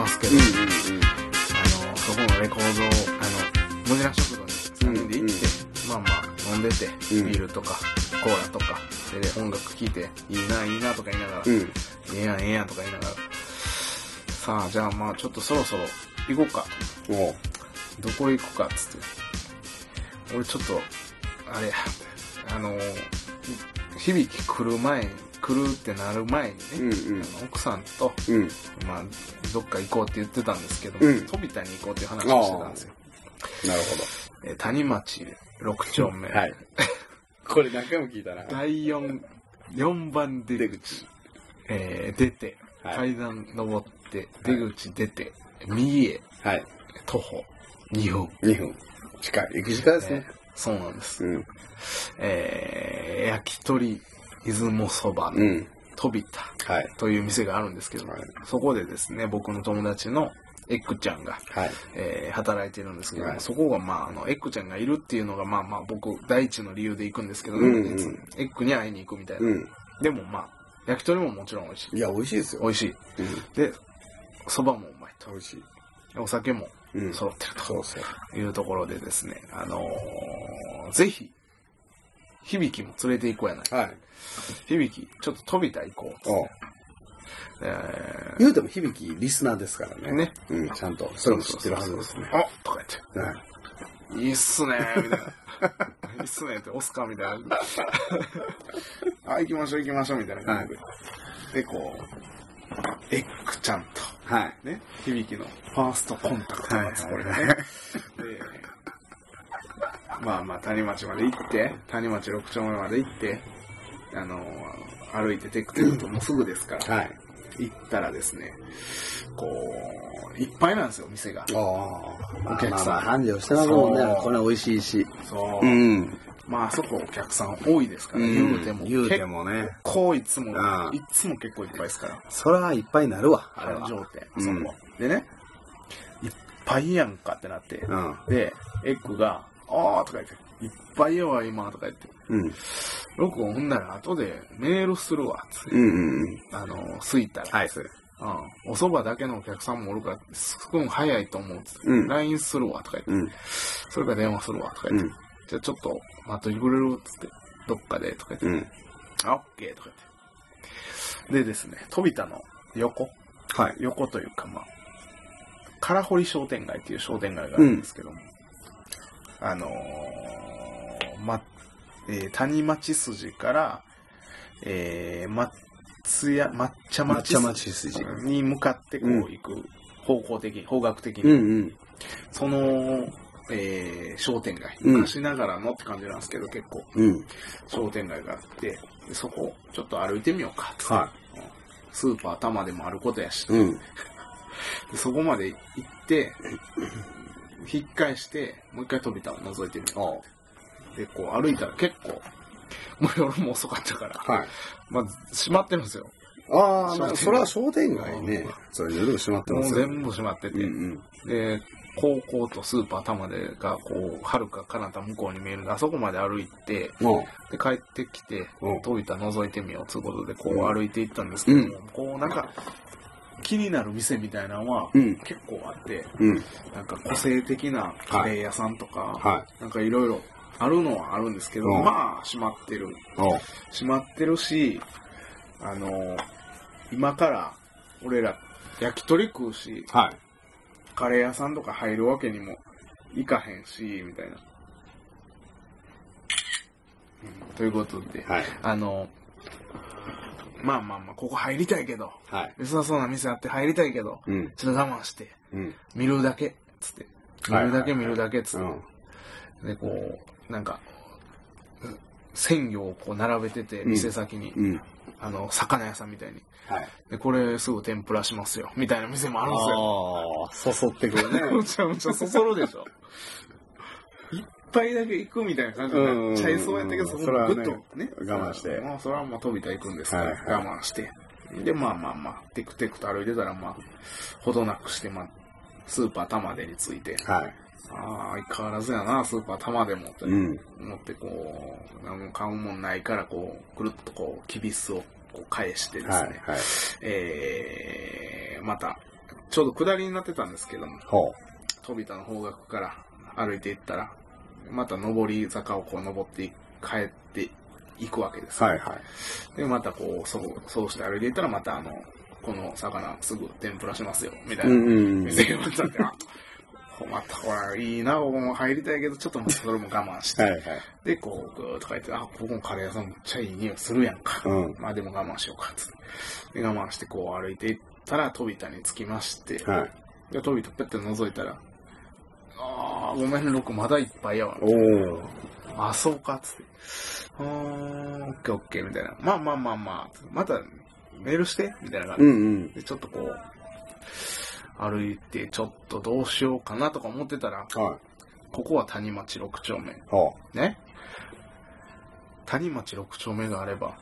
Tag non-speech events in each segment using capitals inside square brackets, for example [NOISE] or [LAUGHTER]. うんあのそこのレコードをあのムジラ食堂に3人で行って、まあまあ飲んでて、うんビールとかコーラとかで音楽聴いていいないいなとか言いながら、うえんえやんええやんとか言いながらさあじゃあまあちょっとそろそろ行こうかうんおうどこ行くかっつって俺ちょっとあれやあの響き来る前に来るってなる前にね、うんうんあの奥さんとうんまあ、どっか行こうって言ってたんですけど、うん飛田に行こうっていう話をしてたんですよ。なるえー谷町6丁目、ほどはいこれ何回も聞いたな第4、4番出口、出口えー出て、はい階段登って、出口出て、右へはい徒歩2分。 2分近い行く時間ですねえーそうなんです。うんえー焼き鳥出雲そばうのん飛田はいという店があるんですけど、はいそこでですね、僕の友達のエッグちゃんが、はいえー働いてるんですけど、はいそこが、まあ、あの、エッグちゃんがいるっていうのが、まあまあ、僕、第一の理由で行くんですけど、うんうん別にエッグに会いに行くみたいな。うんでも、まあ、焼き鳥ももちろん美味しい。いや美味しいですよ美味しい。うんで、蕎麦もうまい美味しいと。お酒もうん揃ってるそうそうというところでですね、あのーぜひ、響きも連れて行こうやない。はい響き、ちょっと飛びた行こう。おうえ言うても響きリスナーですからねーね。うんちゃんとそれも知ってるはずですねそうそうそう。あとか言って。はいいいっすねみたいな。いいっすねって、オスカーみたいな。 [LAUGHS] あ、行きましょう行きましょうみたいな感じで。で、こう、エッグちゃんと、はいね、響きのファーストコンタクトなんです、はいこれがね。で、まあまあ、谷町まで行って、谷町六丁目まで行って、あの歩いてテクテクともうすぐですから、はい行ったらですね、こう、いっぱいなんですよ、店が。おお客さん繁盛してますもんねそう。これ美味しいし。そう。ん。まあ、あそこお客さん多いですから、言うても。言うてもね。結構いつもあ、あいつも結構いっぱいですから。そらいっぱいになるわ。あれ繁は。盛店、うんそこ。でね、いっぱいやんかってなって。うん。で、エッグが、あーとか言って、いっぱいやわ今とか言って。うん。僕ほんなら後でメールするわ、つって。うんうん。あの、着いたら。はい、それ。うん。お蕎麦だけのお客さんもおるから、すくん早いと思う、つって。うん LINE するわ、とか言って。うん。それから電話するわ、とか言って。うん。じゃあちょっと待っといてくれるつって。どっかで、とか言って。うん。あ、オッケーとか言って。でですね、飛田の横、はい。横というか、まあ、空堀商店街っていう商店街があるんですけども、あのー、ま、えー谷町筋から、えー、松屋、抹茶抹町茶筋町筋。に向かってこううん行く、方向的、方角的に、うんその、えー商店街、うん昔ながらのって感じなんですけど、結構、うん。うん。商店街があって、でそこをちょっと歩いてみようかって。はスーパー玉でもあることやし、い。うん。でそこまで行って、引っ返して、もう一回飛びたを覗いてみよおう。で、こう歩いたら結構、もう夜も遅かったから、はい。まあ、閉まってるんですよ。あ商店街あ、まあそれは商店街ね。それ夜閉まってもまうすよ。全部閉まってて。うんで、高校とスーパー玉でが、こう、はるか彼方向こうに見えるんであそこまで歩いて、うん。もで、帰ってきて、う、うん。飛びた覗いてみようということで、こう歩いて行ったんですけども、こうなんか、気になる店みたいなのはうん。結構あって、うん。なんか個性的なカレー屋さんとか、はなんかいろいろあるのはあるんですけど、うんまあ、閉まってる。い。おう閉まってるし、あの、今から俺ら焼き鳥食うし、はい。カレー屋さんとか入るわけにもいかへんし、みたいな。うんということで、はい。あの、まあまあまあ、ここ入りたいけど、はい。良さそうな店あって入りたいけど、うん。ちょっと我慢して、うん。見るだけ、つって。見はいるだけ見るだけ、つうって。ん。で、こう、なんか、うん鮮魚をこう並べてて、うん店先に、うん。あの、魚屋さんみたいに。はい。で、これすぐ天ぷらしますよ、みたいな店もあるんですよ。ああ、そそってくるね。むちゃむちゃそそるでしょ。一杯だけ行くみたいな感じになっちゃいそうやったけど、うんうんうんそこもそぐれっはとねね。我慢してまあ、それはもう飛びた行くんですから、はいはい我慢して。で、まあまあまあ、テクテクと歩いてたら、まあ、ほどなくして、まあ、スーパー玉出について、 [LAUGHS] はい。ああ、相変わらずやな、スーパー玉出も、とうん。思って、こう、何も買うもんないから、こう、くるっとこう、キビスをこう返してですね、はい。はい。えー、また、ちょうど下りになってたんですけども、ほ飛田の方角から歩いていったら、また上り坂をこう登ってい帰っていくわけです。う。はいはい。で、またこう、そう、そうして歩いていったら、またあの、この魚すぐ天ぷらしますよ、みたいな。ん店がまたあって、あ、またほら、いいな、ここも入りたいけど、ちょっともうそれも我慢して。はいはい。で、こう、ぐーっと帰って、あ、ここのカレー屋さんめっちゃいい匂いするやんか。うんまあでも我慢しようか、つって。で、我慢してこう歩いていったら、飛田に着きまして、はい。で、飛田ペッて覗いたら、あー、ごめん、ロックまだいっぱいやわ。おー。あ、そうか、つって。うーん、オッケーオッケー、みたいな。まあまあまあまあ、またメールして、みたいな感じうんうん。で、ちょっとこう、歩いて、ちょっとどうしようかなとか思ってたら、はい。ここは谷町6丁目。ほね。谷町6丁目があれば、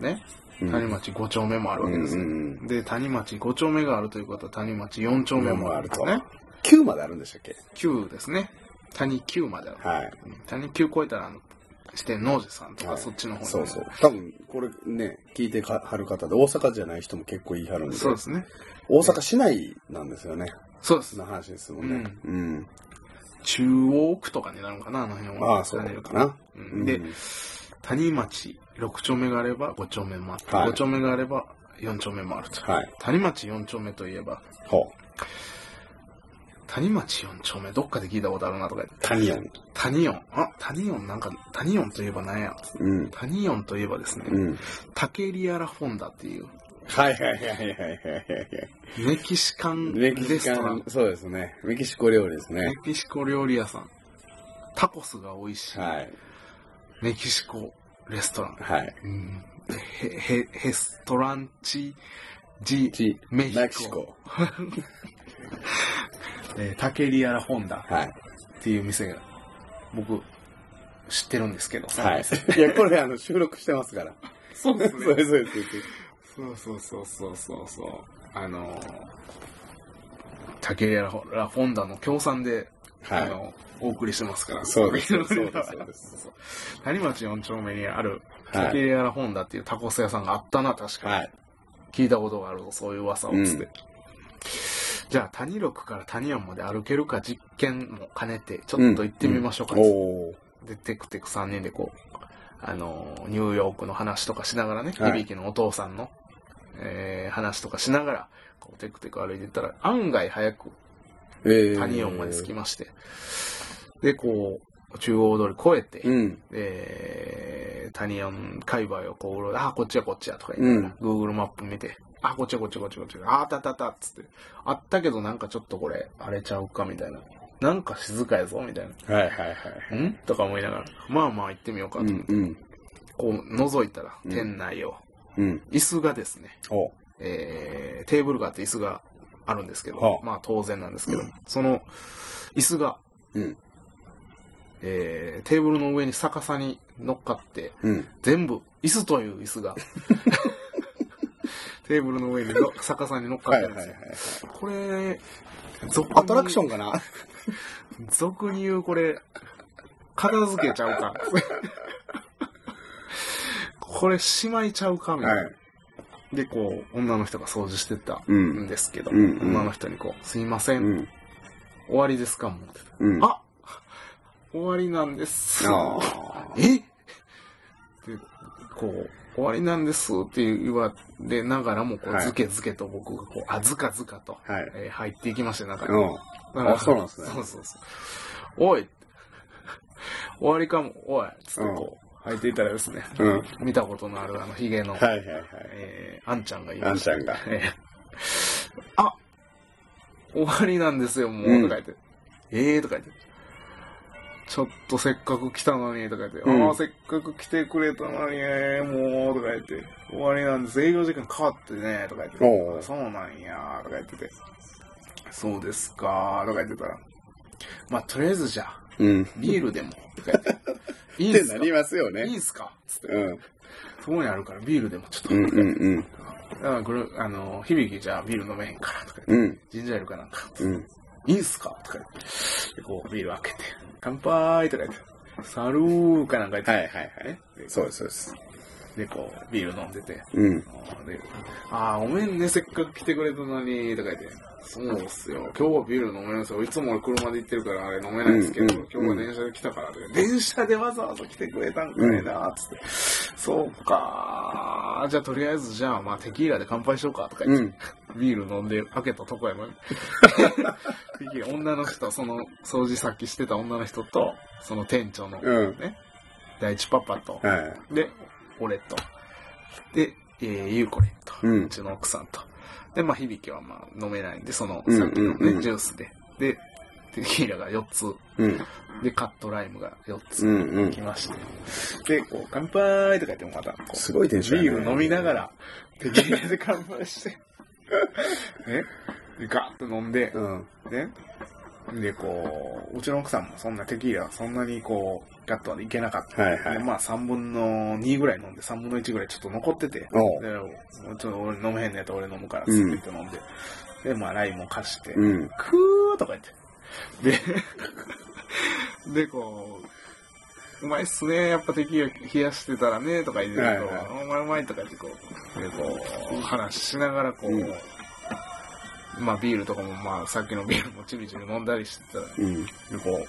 ね。う。谷町5丁目もあるうわけんですうよ。んうん。で、谷町5丁目があるということは、谷町4丁目もあるとね。 9まであるんでしたっけ9ですね。谷9まである。はい。谷9超えたら、あの四天王寺さんとはかいそっちの方に、そうそう。多分、これね、聞いてかはる方で、大阪じゃない人も結構言いはるんで、そうですね。大阪市内なんですよね。そうですそん。な話ですもんね。うん。中央区とかになるのかな、あの辺は。ああ、そうな谷の岡かな。うんで、谷町6丁目があれば5丁目もあって、はい5丁目があれば4丁目もあると。はい。谷町4丁目といえば、ほう。谷町4丁目どっかで聞いたことあるなとか言って、タニオン。谷四あ、谷四なんか、谷四といえばなんや。うん。谷四といえばですね、うん。タケリアラフォンダっていう、はいはいはいはいはいはい。メキシカンメレキシストカラン、ンメ、そうですね。メキシコ料理ですね。キシコ料理屋さん、タコスが美味しい、はい。メキシコレストラン、はい。うんへ、へ、ヘストランチ、ジ、チメキシコメキシコ。えータケリアラホンダはい。っていう店が、僕、知ってるんですけど。はい。いや、これ、あの、収録してますから。そうですそねうです、そうです。そうですそうそうそうそうそうそう。あのー、タケリアラホンダの協賛で、はあい。の、お送りしてますから。そうですそうですそうそうそうですそうそう谷町4丁目にある、はいタケリアラホンダっていうタコス屋さんがあったな、確かに。はい。聞いたことがあるぞ、そういう噂をつって。うんじゃあ、谷六から谷四まで歩けるか実験も兼ねて、ちょっと行ってみましょうか、おー。で、テクテク3人でこう、あのー、ニューヨークの話とかしながらね、はい響きのお父さんの、えー話とかしながら、こう、テクテク歩いていったら、案外早くえー谷音まで着きまして、で、こう、中央通り越えて、うん。えー、谷音界隈をこううろうろ、あ、こっちやこっちやとか言って、ら Google マップ見て、あ、こっちやこっちやこっちやこっちや、あ、あったあったあったっつって、あったけどなんかちょっとこれ、荒れちゃうかみたいな。なんか静かやぞみたいな。はいはいはい。んとか思いながら、まあまあ行ってみようかとう思ってんうん。こう覗いたらうん店内を、うん。椅子がですね、おえー、テーブルがあって椅子があるんですけど、はあまあ当然なんですけど、その椅子が、うんえー、テーブルの上に逆さに乗っかってうん。全部椅子という椅子 [LAUGHS] がテーブルの上にの逆さに乗っかっはているはんいではすよ、い。これ俗にアトラクションかな俗に言うこれ、片付けちゃうか。 [LAUGHS] これ、しまいちゃうかみたいな。い。で、こう、女の人が掃除してたうんん。ですけど、うんうん女の人にこう、すいません、うん。終わりですかもうってうん。あ終わりなんです。あえ [LAUGHS] で、こう、終わりなんですって言われながらも、こう、はいずけずけと僕がこう、あずかずかと、ー。はい。えー入っていきまして、中に。うん。あそうなんですねそうそうそう。おい [LAUGHS] 終わりかも、おいつってこう、入っていたらですね、うん。見たことのあるあの、ヒゲの、はいはいはい。えー、あんちゃんがいアまンしちた。ゃんが。えーあ終わりなんですよ、もう、うんとか言って。えーとか言って。ちょっとせっかく来たのに、とか言って。うんああ、せっかく来てくれたのに、えーもう、とか言って。終わりなんです。営業時間変わってね、とか言って。おうそうなんや、とか言ってて。そうですか、とか言ってたら。まあ、とりあえずじゃあ、うん。ビール [LAUGHS] でも、とか言って。いいっでてすなかりますよいいね。ですかつって。うん。そこにあるから、ビールでもちょっと。うんうんだからこれ、あの、響きじゃあビール飲めへんから、とか言って。うん。うん。ジンジャーエールかなんか。うん。いいんすかとか言って。で、こう、ビール開けて。乾杯とか言って。サルーかなんか言って。はいはいはい。そうですそうです。で、こう、ビール飲んでて。うん。で、ああ、ごめんね、せっかく来てくれたのに、とか言って、そうっすよ、今日はビール飲めますよ、いつも俺車で行ってるからあれ飲めないんですけど、うんうん今日は電車で来たからとか、電車でわざわざ来てくれたんかいな、つって、そうか、じゃあとりあえず、じゃあ、まあテキーラで乾杯しようか、とか言って、ビール飲んで [LAUGHS] 開けたとこやのに、テキーラ女の人、その掃除さっきしてた女の人と、その店長の、うん。ね、第一パパと、はい。で、俺と。で、えー、ゆうこりんと、ううんちの奥さんと。で、まあ、響きはまあ、飲めないんで、その、うんさっきのね、うんジュースで。で、テキーラが4つ。うん。で、カットライムが4うつ。ん。うんき。まして。で、こう、乾杯とか言ってもまた、こう、すごいテンション、ビール飲みながら。ら、テキーラで乾杯して。 [LAUGHS] ね。でガッと飲んで、うん。ね。で、こう、うちの奥さんもそんなテキーラ、そんなにこう、ガッとはいけなかった。はいはでい。まあ3分の2ぐらい飲んで、3分の1ぐらいちょっと残ってて、でおうちょっと俺飲めへんのやったら俺飲むから、つうんって言って飲んで、で、まあライムを貸して、うん。クーとか言って。で、で、こう、うまいっすね、やっぱテキーラ冷やしてたらね、とか言ってはいるはと、お前うまいとか言ってこう、で、こう、話しながらこう、うんまあビールとかもまあさっきのビールもちびちび飲んだりしてたら、うん。でこ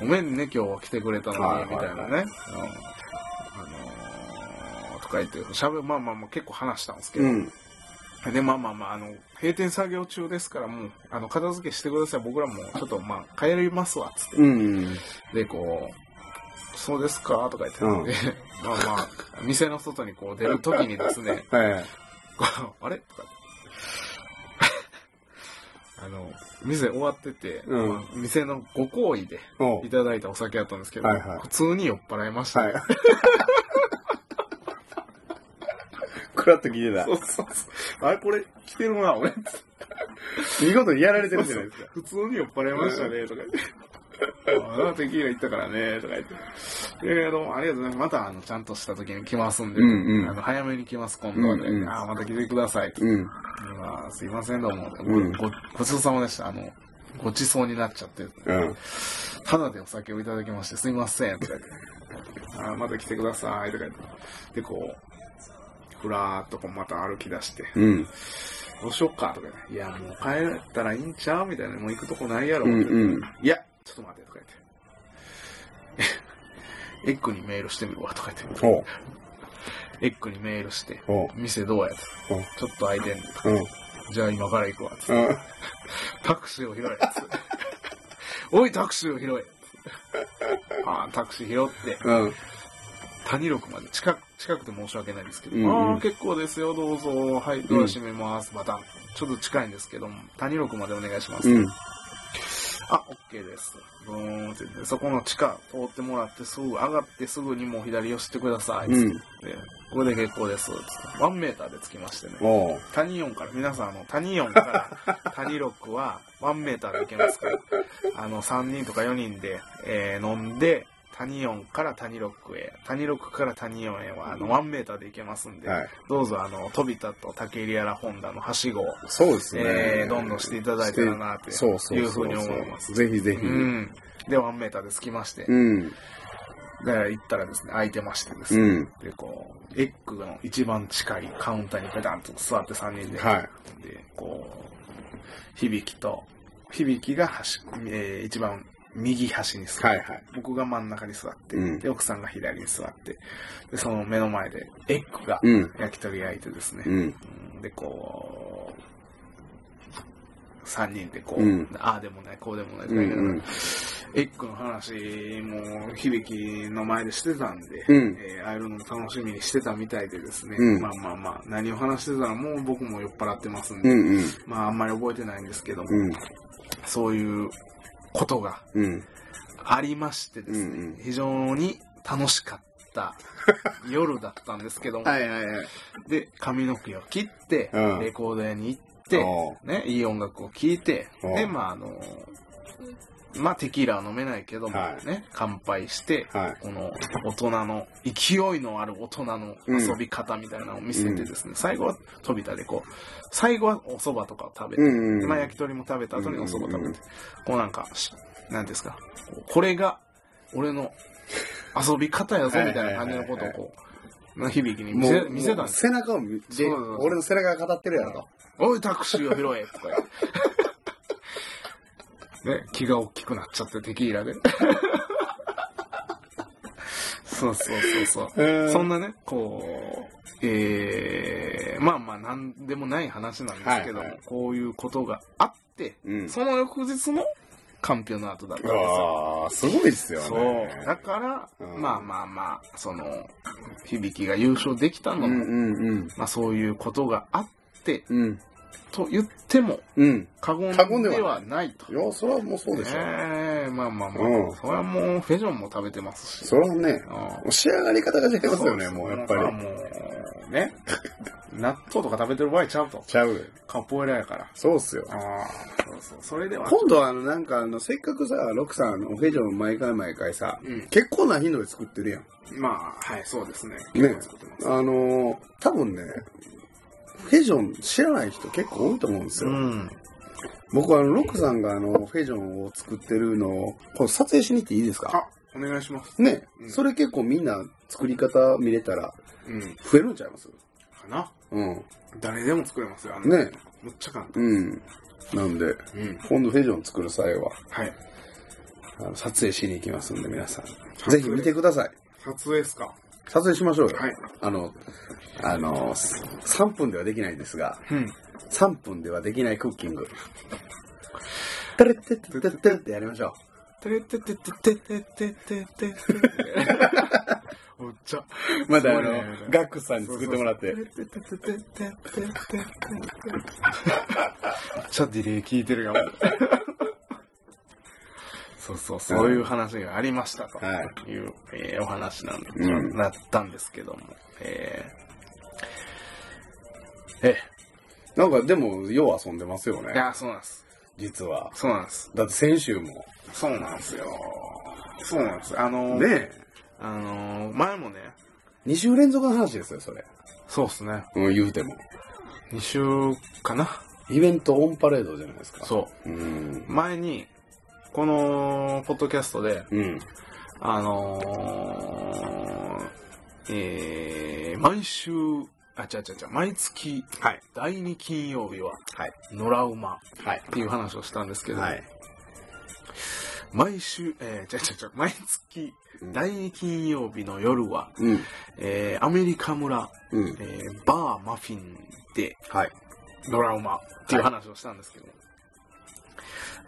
う、ごめんね、今日は来てくれたのはいに、みたいなはね。あのーとか言って、しゃべ、まあまあまあ結構話したんですけど、うん。で、まあまあまあ、あの、閉店作業中ですから、もう、あの、片付けしてください。僕らも、ちょっとまあ、帰りますわ、つって。うん。で、こう、そうですかとか言って、うんでまあまあ、店の外にこう出るときにですね、はい。こうあれとか。あの、店終わってて、うんまあ店のご好意で、おういただいたお酒だったんですけど、はいはい普通に酔っ払いました、はい。くらっと聞いてそうそうそう。あれこれ、来てるな、俺。た。見事にやられてるじゃないですか。普通に酔っ払いましたね、とか言って。ああ、テキーラ行ったからね、とか言って。いやいや、どうもありがとうございます。また、あの、ちゃんとした時に来ますんで、うんうんあの早めに来ます、今度はね。うんうんああ、また来てください。うん。まあ、すいません、どうも、うんご。ごちそうさまでした。あの、ごちそうになっちゃって、うん。ただでお酒をいただきまして、すいません、とか言って。あーまた来てください、とか言って。で、こう、ふらーっとこうまた歩き出して、うん。どうしよっか、とかね。いや、もう帰ったらいいんちゃうみたいな。もう行くとこないやろ。うんうんいや、ちょっと待って、とか言って。エッグにメールしてみるわ、とか言って。ほう。エッグにメールして、ほ店どうやとうんちょっと空いてんねとう。うん。じゃあ今から行くわ、つってうん。タクシーを拾え。つっておい、タクシーを拾え。ああ、タクシー拾って、うん。谷六まで近く、近くて申し訳ないんですけど、うんうんああ、結構ですよ、どうぞ、はい、ドア閉めます、バタン。ちょっと近いんですけども、谷六までお願いします。うん。あ、OK です。ブーンって言って、そこの地下通ってもらって、すぐ上がってすぐにもう左寄せてください。うつっんて、これで結構です。つってワンメーターで着きましてね。おう。タニオンから、皆さん、あの、タニオンから、タニロックは、 [LAUGHS] ワンメーターで行けますから、あの、3人とか4人で、えー飲んで、タニオンからタニロックへ、タニロックからタニオンへは、あの、ワンメーターで行けますんで、はい。どうぞ、あの、飛びたと竹入アラホンダのはしごを、そうですね。えーどんどんしていただいたらなってそうそういうふそううにそ思いますう。ぜひぜひ。ううん。ん。で、ワンメーターで着きまして、うん。で、行ったらですね、空いてましてですね、うん。で、こう、エッグの一番近いカウンターにペタンと座って3人で、はい。で、こう、響きと、響きが端、えー一番右端に座はって、いはい。僕が真ん中に座って、うんで、奥さんが左に座って、で、その目の前で、エッグがうん。焼き鳥焼いてですね、うん。うんで、こう、3人でこう、うんああでもない、こうでもないとうかん言いながら、うん。エッグの話も響きの前でしてたんで、うんえー会えるのも楽しみにしてたみたいでですね、うんまあまあまあ、何を話してたらもう僕も酔っ払ってますんで、うんうん。まああんまり覚えてないんですけども、うん。そういうことがうん。ありましてですね、うんうん非常に楽しか [LAUGHS] った夜だったんですけども、はいはいはい。で、髪の毛を切って、うんレコード屋に行って、おうね、いい音楽を聴いて、うんで、まあ、あの、まあ、テキーラは飲めないけども、はいね、乾杯して、はいこの大人の、勢いのある大人の遊び方みたいなのを見せてですね、最後は飛びたでこう、最後はお蕎麦とかを食べて、うんうんまあ、焼き鳥も食べた後にお蕎麦食べて、うんうんうんこうなんか、しなんですか、こうこれが俺の遊び方やぞみたいな感じのことをこう、の響きに見もせう、見せたんです背中を見て、そうそうそう俺の背中が語ってるやろと。おい、タクシーを拾えとか言って。 [LAUGHS] ね、気が大きくなっちゃって、テキーラで。そうそうそうそう。えーそんなね、こう、えー、まあまあ、なんでもない話なんですけども、はいはいこういうことがあって、うんその翌日も、カンピオナートだったんですよ。ああ、すごいですよそうね。。だから、うんまあまあまあ、その、響が優勝できたのも、うんうんうん。まあそういうことがあって、うん。と言っても、うん。過言過言ででははないと。いや、それはもうそうでしょ。ええまあまあまあ、うんそれはもうフェジョンも食べてますし。それはね、う仕上がり方が違いますよでね、もうやっだかぱらり。もう、ね。納豆とか食べてる場合ちゃうと。ちゃう。カポエラやから。そうっすよ。ああ、そうそう。それでは。今度はあの、なんかあの、せっかくさ、ロクさん、あのおフェジョン毎回毎回さ、うん結構な頻度で作ってるやん。まあ、はい、そうですね。ね作ってま、すあのー多分ね、フェジョン知らない人結構多いと思うんですうよ。ん。僕はあの、ロックさんがあの、フェジョンを作ってるのを、この撮影しに行っていいですかあ、お願いします。ね、うんそれ結構みんな作り方見れたらうん。か増えるんちゃいますな。うん。誰でも作れますよ。あのね。むっちゃ簡単。うん。なんで、うん。今度フェジョン作る際は、はい。あの撮影しに行きますんで皆さん、ぜひ見てください。撮影ですか撮影しましょうよ。はいあの、あの、3分ではできないんですが、うん。 3分ではできないクッキング。タレッテッテッテッテッってやりましょてれててててててててて。おっちゃ。う。まだあそうねの、ガックさんに作ってもらって。ちょっとディレイ聞いてるよ。そうそう、そういう話がありましたとはいいう、えーお話なんで、うんなったんですけども。えーえなんかでも、よう遊んでますよえ、いね。や、そうなんです。実は。そうなんです。だって先週も。そうなんですよ。そうなんです。あのー、ねあのー前もね、え。2週連続の話ですよ、それ。そうっすね。うん、言うても。 2週かな。イベントオンパレードじゃないですか。そう。う。うん。前に、この、ポッドキャストで、うん。あのー、えー、毎週、あ、違う違う違う、毎月、はい。第2金曜日は、はい。野良馬っはい。ていう話をしたんですけど、はい。毎週、えー、違う違う違う、毎月、うん第2金曜日の夜は、うん。えー、アメリカ村、うんえ。ー、バーマフィンで、はい。野良馬っていう話をしたんですけど、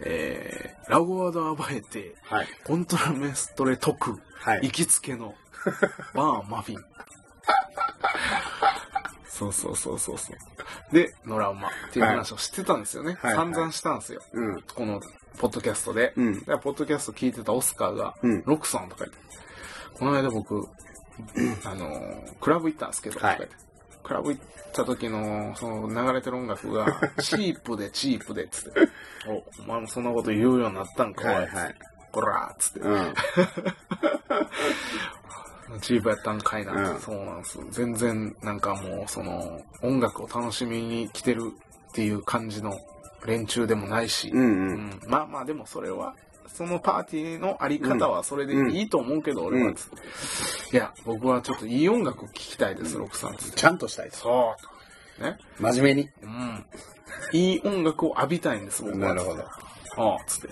えー、ラゴアドアバエテ、はい。コントラメストレ特、は行。きつけの、バーマフィン。そうそうそうそうそう。で、ノラウマっていう話をしてたんですよね。はいはい散々したんですよ。うん。この、ポッドキャストで。うんだからポッドキャスト聞いてたオスカーが、うんロックさんとか言って、この間僕、あのークラブ行ったんですけど、とか言ってクラブ行った時の、その流れてる音 [LAUGHS] 楽が、チープでチープでっつって、お、お前もそんなこと言うようになったんか、はい。おいはい。こらーっつって。うん。チープやったんかいな、うんそうなんです全然なんかもうその音楽を楽しみに来てるっていう感じの連中でもないし、ううんうん。んまあまあでもそれはそのパーティーのあり方はそれでいいと思うけど、俺はつって、いや僕はちょっといい音楽を聴きたいです、六さんつって [LAUGHS] ちゃんとしたいと。そうね真面目に。うんいい音楽を浴びたいんです僕はなるほど。ああ、つって。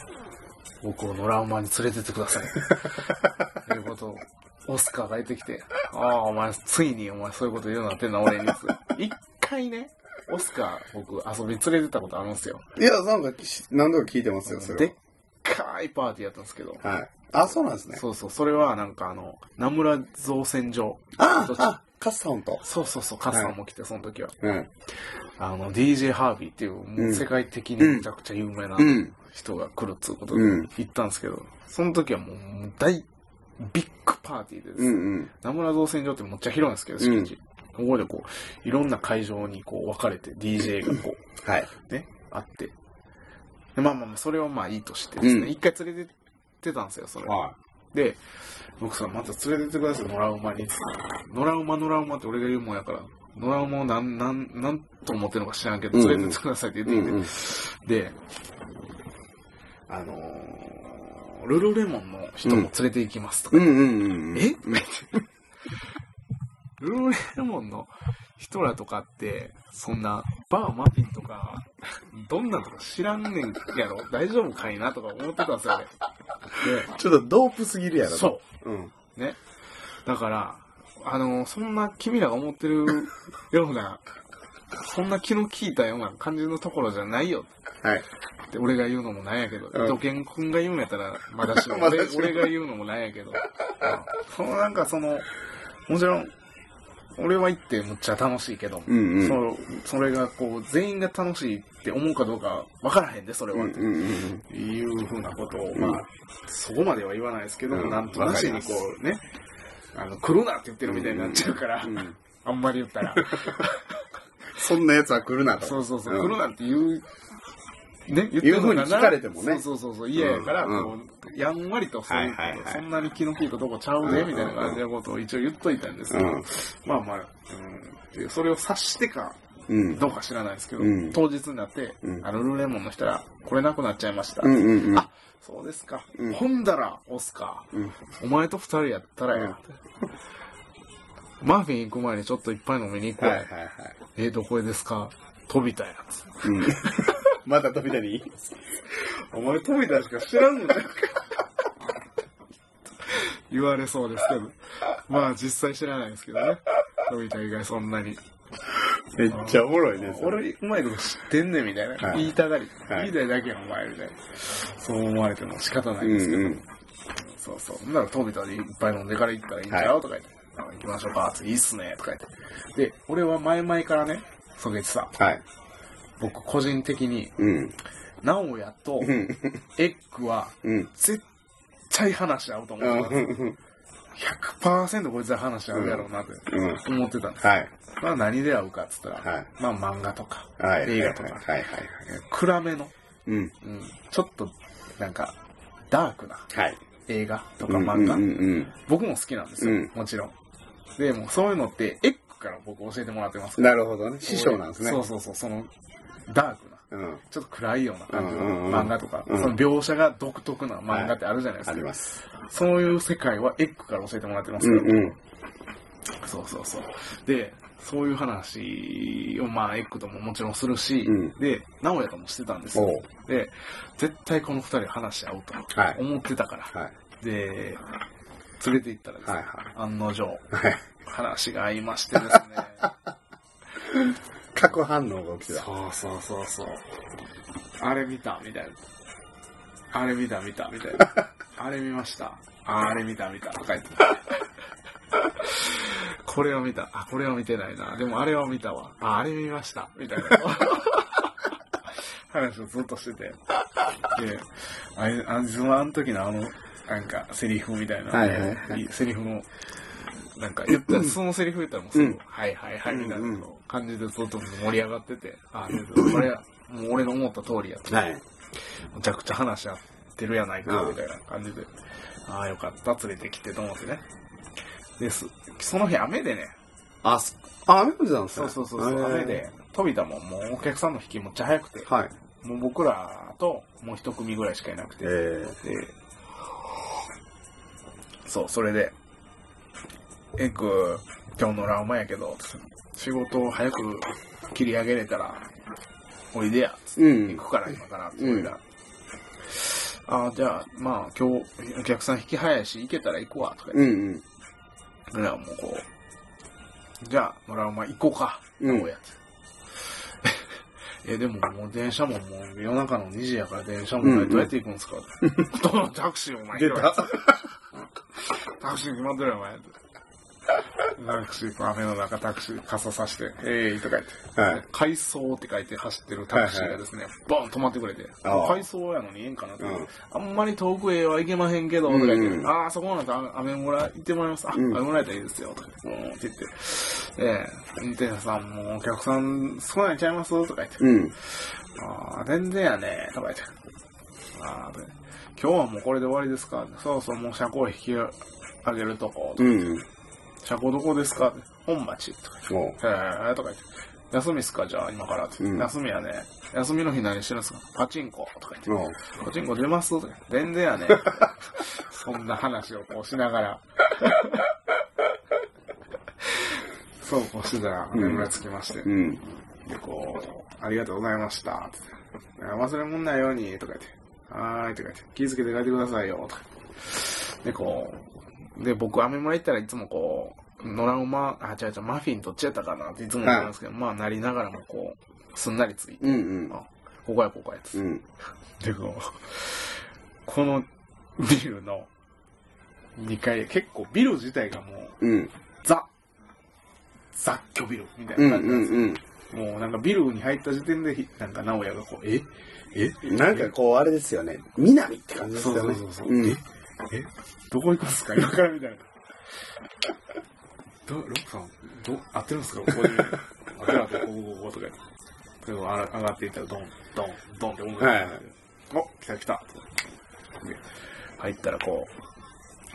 僕を野良馬に連れてってくだ [LAUGHS] さい。ということを、オスカーが出てきて、ああ、お前、ついにお前そういうこと言うようになってんな、俺に。一回ね、オスカー、僕、遊びに連れてったことあるんですよ。いや、なんかし、何度か聞いてますよ、それでっかいパーティーやったんですけど、は。はい。あ、そうなんですね。そうそう、それはなんかあの、名村造船所。あどっ、ちあ、カスさんと。そうそうそう、カスさんも来て、その時は。うん。あの、DJ ハービーっていう、もう世界的にめちゃくちゃ有名なうん人が来るっつうことでうん行ったんですけど、その時はもうもう大、ビッグパーティーででうすね、んうん。名村造船所ってめっちゃ広いんですけど、敷地。ここでこう、いろんな会場にこう分かれて DJ がこはい。う、ね、あって。でまあまあまあ、それはまあいいとしてですうね、ん一、回連れてってたんですよ、それ。はで、僕さんまた連れてってください、野良馬に。野良馬、野良馬って俺が言うもんやから、野良馬をなん、なん、なんと思ってるのか知らんけど、うんうん連れてってくださいってい。言ってきて、うん。で、あのー、ルルレモンの人も連れて行きますとか、うんうんうん。えルルーレモンの人らとかって、そんな、バーマピンとか、どんなんとか知らんねんやろ、大丈夫かいなとか思ってたんですよね。ちょっとドープすぎるやでろ。。そううん。う。ね。だから、あの、そんな君らが思ってるような、そんな気の利いたような感じのところじゃないよはい。って俺が言うのもなんやけど、うんドケン君が言うんやったら、 [LAUGHS] まだしも、ま俺だしも俺が言うのもなんやけど、うんそのなんかその、もちろん、俺は行ってむっちゃ楽しいけど、うんうん。そのそれがこう、全員が楽しいって思うかどうかわからへんで、それうんは。うんうんいうふうなことを、んまあ、そこまでは言わないですけど、うんなんとなしにこうね、あの、来るなって言ってるみたいになっちゃうから、うん。うんあんまり言ったら。そんな奴は来るなと。そうそうそう、ん来るなんて言う、ね、言言うふうに聞かれてもねそうそうそうそう、嫌やから、うんこうやんわりとそういうこと、はいはいはいそんなに気の利いたとこちゃうね、うんみたいな感じのことを一応言っといたんですけど、まあまあ、うんで、それを察してか、うん。うん。どうか知らないですけど、うん当日になって、うんあの、ルーレモンの人ら、これなくなっちゃいました。うんうんうん。あそうですか。うんほんだら、オスか。うんお前と二人やったらや。マーフィン行く前にちょっといっぱい飲みに行こはう。いはいはい。えー、どこへですか飛びたやつ。うん。 [LAUGHS] また飛び出にお前富田しか知らんのじゃんか。言われそうですけど。まあ実際知らないですけどね。富田以外そんなに。めっちゃおもろいね。それ俺、うまいこと知ってんねんみたいな。はい言いたがり。はい言いたいだけやお前みたいな。そう思われても仕方なういですけど。んうん。そうそう。ほんなら富田でいっぱい飲んでから行ったらいいんちゃう、はとか言って。あ行きましょうか。いいっすね。とか言って。で、俺は前々からね、そげてさ、はい。僕個人的に、うん。直哉とうん。エッグはうん。絶対話し合うと思ってたんですうよん。 100%こいつは話し合うやろうなってうん。思ってたんですよ。はい。まあ何で会うかっつったら、はいまあ漫画とか、はい。映画とか、はいはい。えー暗めの、うん。うん、ちょっとなんかダークなはい。映画とか漫画、うんうん僕も好きなんですよ、うんもちろん。でもそういうのってエッグから僕教えてもらってますうかん。ら。なるほどね。師匠なんですね。そうそうそう、そのダークな。うん。ちょっと暗いような感じうんうんうのん漫画とか、うんその描写が独特な漫画ってあるじゃないですか。あります。そういう世界はエッグから教えてもらってますうから、んうん。そうそうそう。で、そういう話を、まあ、エッグとももちろんするし、うんで、直哉ともしてたんですよ。おう。で、絶対この二人話し合うとはい思ってたから。はい。で、連れて行ったらですね、はいはい案の定、はい。話が合いましてですね。 [LAUGHS] 過去反応が起きた。そうそうそうそう。あれ見たみたいな。あれ見た見たみたいな。あれ見ました。ああれ見た見たとか言って。これは見た。あ、これは見てないな。でもあれは見たわ。あ、あれ見ました。みたいな。話をずっとしてて。で、あれ、あそのあの時のあの、なんか、セリフみたいな。はいはいはいセリフも、なんか言ったら、そのセリフ言ったらもうすうぐん、はいはいはい、みたいうんうなん感じでずっと盛り上がってて、あ、これ、もう俺の思った通りやと。はい。むちゃくちゃ話し合ってるやないか、うんみたいな感じで。ああ、よかった、連れてきてと思ってね。です。その日雨でね、あ、すあ、雨降ってたんですそねうそうそうそう、へー雨で、飛びたもんもうお客さんの引きむっちゃ早くて、はい。もう僕らともう一組ぐらいしかいなくて、えで、そう、それで、エッグ、今日のラーマンやけど、仕事を早く切り上げれたら、おいでや、え。うん行。くから今から、うん俺ら。ああ、じゃあ、まあ今日、お客さん引き早いし、行けたら行くわ、とか言うって、ん俺らはもうこう、じゃあ、ノラお前行こうか、うんこうや [LAUGHS] って。え、でももう電車ももう夜中の2時やから電車もうんなういんどうやって行くんですか、どうタクシーおうん。前出 [LAUGHS] 行けよた。タクシー決まってるよお前。 [LAUGHS] タクシー、雨の中タクシー傘さして、えいとか言って。はい。回送って書いて走ってるタクシーがですね、ボン止まってくれて、ああ回送やのにええんかなって、うんあんまり遠くへは行けまへんけど、とか言って、うんああ、そこなんか雨村行ってもらいます。あ、うん雨村やったらいいですよ、とか言って、うんって言って、ええ運転手さんもお客さん少ないんちゃいますとか言って、うん。ああ、全然やね、とか言って、ああ、で今日はもうこれで終わりですかそうそう、もう車庫引き上げるとこ、うん。車庫どこですか本町、とか言って。おう。へーとか言って。休みっすかじゃあ今からって、うん休みやね。休みの日何してるんすかパチンコとか言っおう。て。パチンコ出ますとか言って全 [LAUGHS] 然やね。そんな話をこうしながら。そうこうしてたら、うん眠らつきまして、うん。で、こう、ありがとうございました、つってあ忘れ物ないように、とか言って、はーい、とか言って、気づけて帰ってくださいよ、とか。で、こう、で、僕、アメ村行ったらいつもこう、野良馬、あ、違う違う、マフィンどっちやったかなっていつも言うんですけど、まあ、なりながらもこう、すんなりついて、うんうん。あ、ここや、ここや、つってうん。でも、このビルの2階、結構ビル自体がもう、うん。ザ、雑居ビルみたいうんなう感じなんですよ。んもうなんかビルに入った時点で、ひなんか直哉がこう、ええうん。なんかこう、あれですよね。南って感じですそうよそうね。そうそう、うんええどこ行くんすか今からみたいな。ど、ロックさん、ど、合ってるんですかここで。あてる合ってるこここここことか。でもあら上がっていったら、ドン、ドン、ドンって音楽はいが。お、来た来た。で、入ったらこ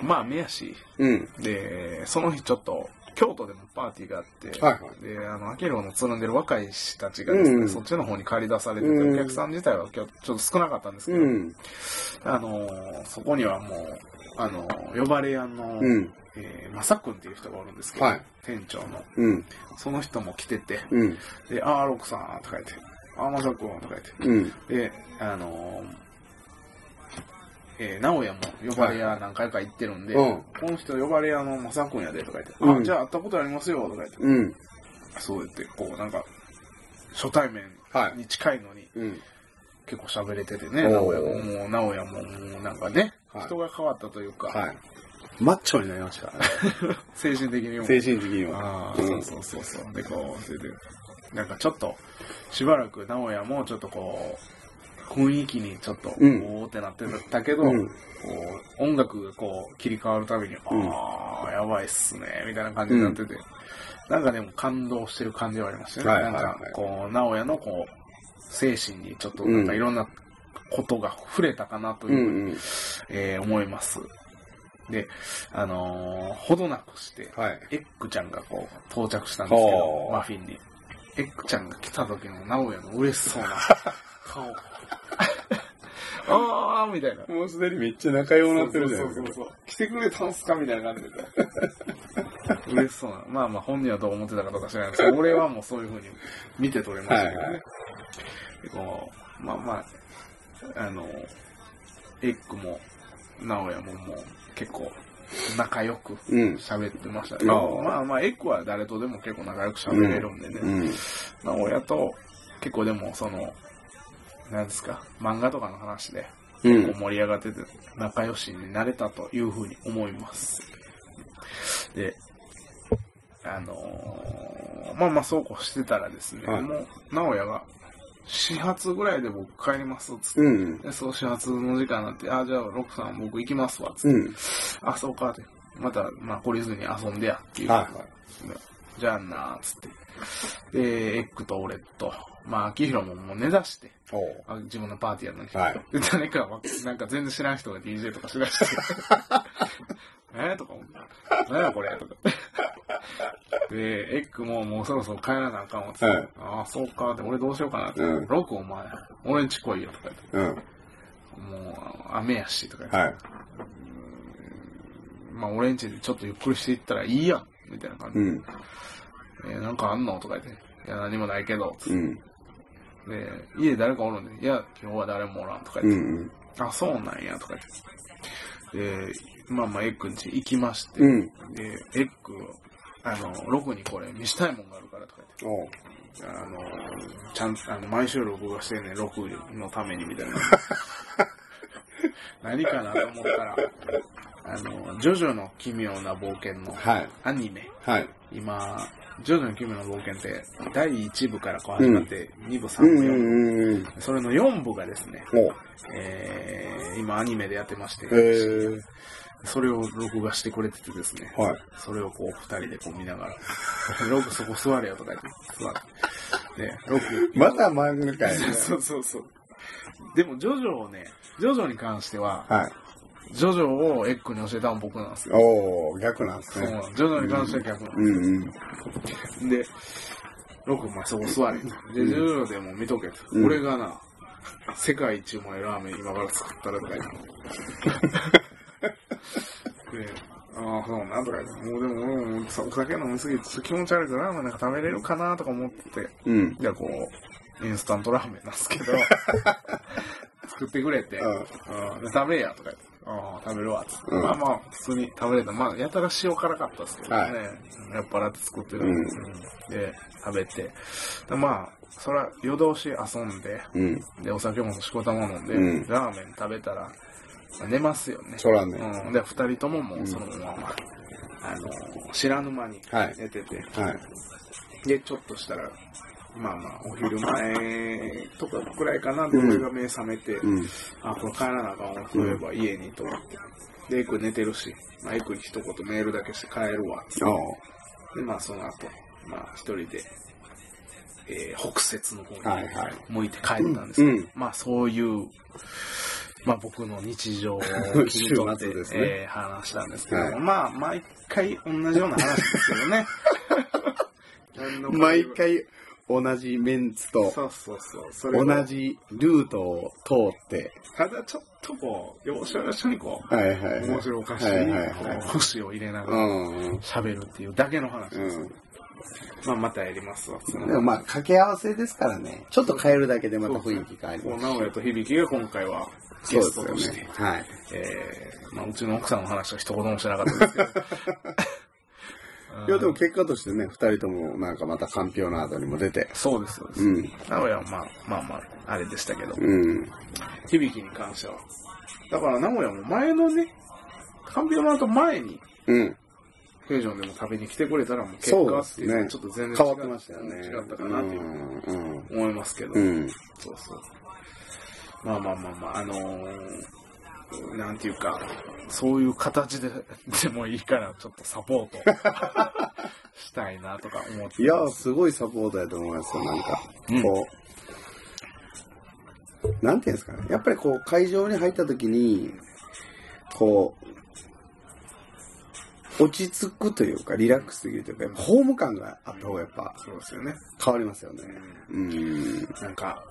う、まあ、目やし、うん。で、その日ちょっと、京都でもパーティーがあって、はいはで、あの、アキロのつるんでる若い人たちがですね、うんそっちの方に借り出されてて、うんお客さん自体は今日ちょっと少なかったんですけうど、ん。あのーそこにはもう、あのー呼ばれ屋の、うん。えーまさくんっていう人がおるんですけど、はい店長の、うん。その人も来てて、うん。で、あー、ロクさん、とか言って、あー、まさくん、とか言って、うん。で、あのーえー、直哉も呼ばれ屋何回か行ってるんで、うんこの人呼ばれ屋のまさくんやでとか言って、うんあ、じゃあ会ったことありますよとか言って、うん。そうやって、こうなんか、初対面はに近いのにい。うん。結構喋れててね、お直ー哉も、もう直哉ももうなんかね、はい人が変わったというか、はい。マッチョになりましたからね。 [LAUGHS] 精神的にも。精神的には。ああ、うそんうそうそうそう。で、こう、それで、なんかちょっと、しばらく直哉もちょっとこう、雰囲気にちょっと、うんおーってなってたけど、うん。こう、音楽がこう、切り替わるたびに、んああ、やばいっすね、みたいな感じになってて、なんかでも感動してる感じはありましたね。はいはいはいなんか、こう、直哉のこう、精神にちょっと、なんかいろんなことが触れたかなとういう、んうん。えー思います。で、あのーほどなくして、はい。エッグちゃんがこう、到着したんですけどほ、うマフィンに。エッグちゃんが来た時の直哉の嬉しそうな [LAUGHS] 顔。あーみたいな。もうすでにめっちゃ仲良くなってるじゃないですそうかそう。そうそう来てくれたんすかみたいな感じで。嬉しそうな。まあまあ本人はどう思ってたかとか知らないですけど、俺はもうそういうふうに見て取れましたけどね。はいはいでこうまあまあ、あの、エッグも、ナオヤももう結構仲良くうん喋ってましたけあど、ーまあまあエッグは誰とでも結構仲良く喋れるんでね。うん。まあ、親と、結構でも、その、なんですか、漫画とかの話で、う。こうん盛り上がってて、仲良しになれたというふうに思います。で、あのーまあまあ、そうこうしてたらですね、はいもう、直哉が、始発ぐらいで僕帰ります、つって。うん。で、そう、始発の時間になって、あ、じゃあ、ロクさん僕行きますわ、つって。うん。あ、そうか、って。また、まあ、懲りずに遊んでや、っていう。はいはい。じゃあなー、つって。で、エッグと俺と、まあ、秋広ももう寝だして、おうあ自分のパーティーやるのに。はい。で、誰かは、なんか全然知らん人が DJ とかしだして、 [LAUGHS] えーとか思って、なんやこれとか。で、エッグももうそろそろ帰らなあかんわ、つって。はいああ、そうか、で、俺どうしようかなって。うんロクお前、俺んち来いよ、とか言って。うん。もう、雨やし、とか言って。はい。まあ、俺んちでちょっとゆっくりしていったらいいやん、みたいな感じう。ん。えーなんかあんのとか言って。いや、何もないけど、つってうん。で、家誰かおるんで、いや、今日は誰もおらんとかう言っん。て、あ、そうなんやとか言って、で、まあまあ、エッグんち行きまして、うん。で、エッグ、あの、ロクにこれ見したいもんがあるからとかおう言って、あの、ちゃんと、あの、毎週録画してんねん、ロクのために [LAUGHS] みたいな。何かなと思ったら、あの、ジョジョの奇妙な冒険のはい。アニメ。はい。今、ジョジョの奇妙な冒険って、第1部からこう始まって、2部、3う部、ん。 4部うん。うん。それの4部がですね、おうえー、今アニメでやってまして、へえ。それを録画してくれててですね、はい。それをこう2人でこう見ながら、ロクそこ座れよとか言って、座って。で、ロク。まだ漫画かいね。そうそうそう。でも、ジョジョをね、ジョジョに関しては、はい。ジョジョをエッグに教えたの僕なんですよ。おお逆なんですそうなね。のジョジョに関しては逆なうんんうん。です。で、ロクお前そこ座れと。で、ジョジョでも見とけと。うん俺がな、世界一うま [LAUGHS] いラーメン今から作ったらとか言って。で、ああ、そうなとか言って、もうでも、もうもうさお酒飲みすぎてちょっと気持ち悪いからラーメンなんか食べれるかなとか思ってて、うん。じゃあこう、インスタントラーメンなん [LAUGHS] ですけど、作ってくれて、うんうんで食べれやとか言って、ああ、食べるわっつって、うんまあまあ、普通に食べれた。まあ、やたら塩辛かったですけどね、はいやっぱらって作ってるんですよ、で、食べて、でまあ、そら夜通し遊んで、うん。で、お酒もしこたま飲んで、うんラーメン食べたら、まあ寝ますよね。そらね。うん、で、二人とももうそのまま、あの、知らぬ間にはい寝てて、はい。で、ちょっとしたら、まあまあ、お昼前とかくらいかな、で、俺が目覚めて、うん。あ、これ帰らなあかんわ、そういえば家にと思って。で、エク寝てるし、まあ、エクに一言メールだけして帰るわ、つってあで、まあ、その後、まあ、一人で、えー北節の方にあ。はいはい。向いて帰ったんですけど、うんうんまあそういう、まあ僕の [LAUGHS] 日常を切り取って、週末ですねえー話したんですけど、はいまあ毎回同じような話ですけど [LAUGHS] ね。何の毎回同じメンツとそうそうそう。それを同。じルートを通って。ただちょっとこう、要所要所にこう、はいはいはい。面白おかしい、はいはいはいこう節を入れながうらん。喋るっていうだけの話です。うんまあまたやりますわ。そのでもまあ、掛け合わせですからね。ちょっと変えるだけでまた雰囲気変わりこうます。直哉と響が今回はそゲうスですトとよして、ね。はい。えーまあ、うちの奥さんの話は一言もしてなかったですけど。いや、でも結果としてね、二人ともなんかまたかんぴょうの後にも出て。そうです、そうです。うん。名古屋はまあまあまあ、あれでしたけど、うん。響きに関しては。だから名古屋も前のね、カンピオマンと前に、うん。フェージョンでも食べに来てくれたらもう結そう果でっすていうのはね。ちょっと全然違う変わってましたよね。。違ったかなっていううんうん。思いますけど、うん。そうそう。まあまあまあまあ、あのー、なんていうか、そういう形ででもいいから、ちょっとサポート [LAUGHS] したいなとか思っていやま、す。すごいサポートやと思いますよ、なんか。うんこう。なんていうんですかね。やっぱりこう、会場に入った時に、こう、落ち着くというか、リラックスできるというか、やっぱホーム感があった方がやっぱそうですよね。変わりますよねう。んうん。なんか、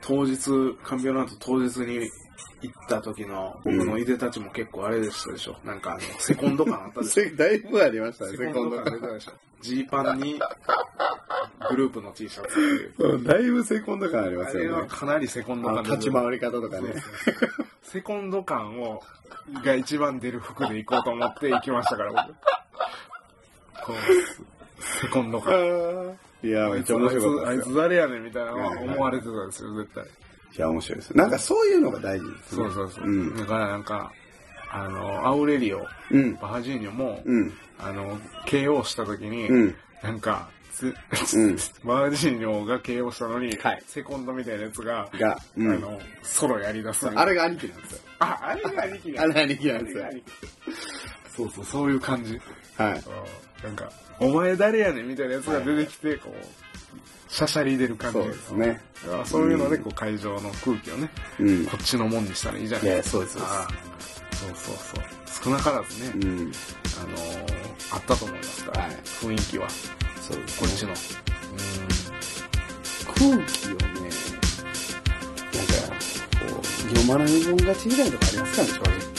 当日、カンビオナート当日に行った時の僕のいでたちも結構あれでしたでしょ。なんかあの、セコンド感あったでしょ。せだいぶありましたね、セセココンンドド感感。出たでしょ。ジーパンに、グループの T シャツっていう。うんだいぶセコンド感ありまあすれよはね。かなりセコンドあの感立ち回り方とかそうねそう。そうセコンド感を、が一番出る服で行こうと思って行きましたから、僕。こう、セコンド感。いや、あめいっちゃつ、面あ白いつ、かっあたいですよ。つ誰やねんみたいなのは思われてたんですよ、絶対。いや、面白いです。なんかそういうのが大事ですね。そうそうそう。うんだからなんか、あの、アウレリオ、うん。バハジーニョも、うん。あの、KO した時に、うん。なんか、つうん [LAUGHS] バハジーニョが KO したのに、はいセコンドみたいなやつが、が、うあん。の、ソロやりだす。あれが兄貴なんですよ。あ、あれが兄貴あだ。れが兄貴なんあでれすよが。兄貴そうそう、そういう感じ。はい。うんなんか、お前誰やねんみたいなやつが出てきて、こう、しゃしゃり出る感じそうですね。あそういうので、こう、会場の空気をね、うん。いこっちのもんにしたらいいじゃないや、そうです。そうですああそうそうそう少なからずうね、ん。あのーあったと思いますから、はい雰囲気はそうです。こっちの、空気をね、なんか、こう、読まないもん勝ちみたいなとこありますからね、正直。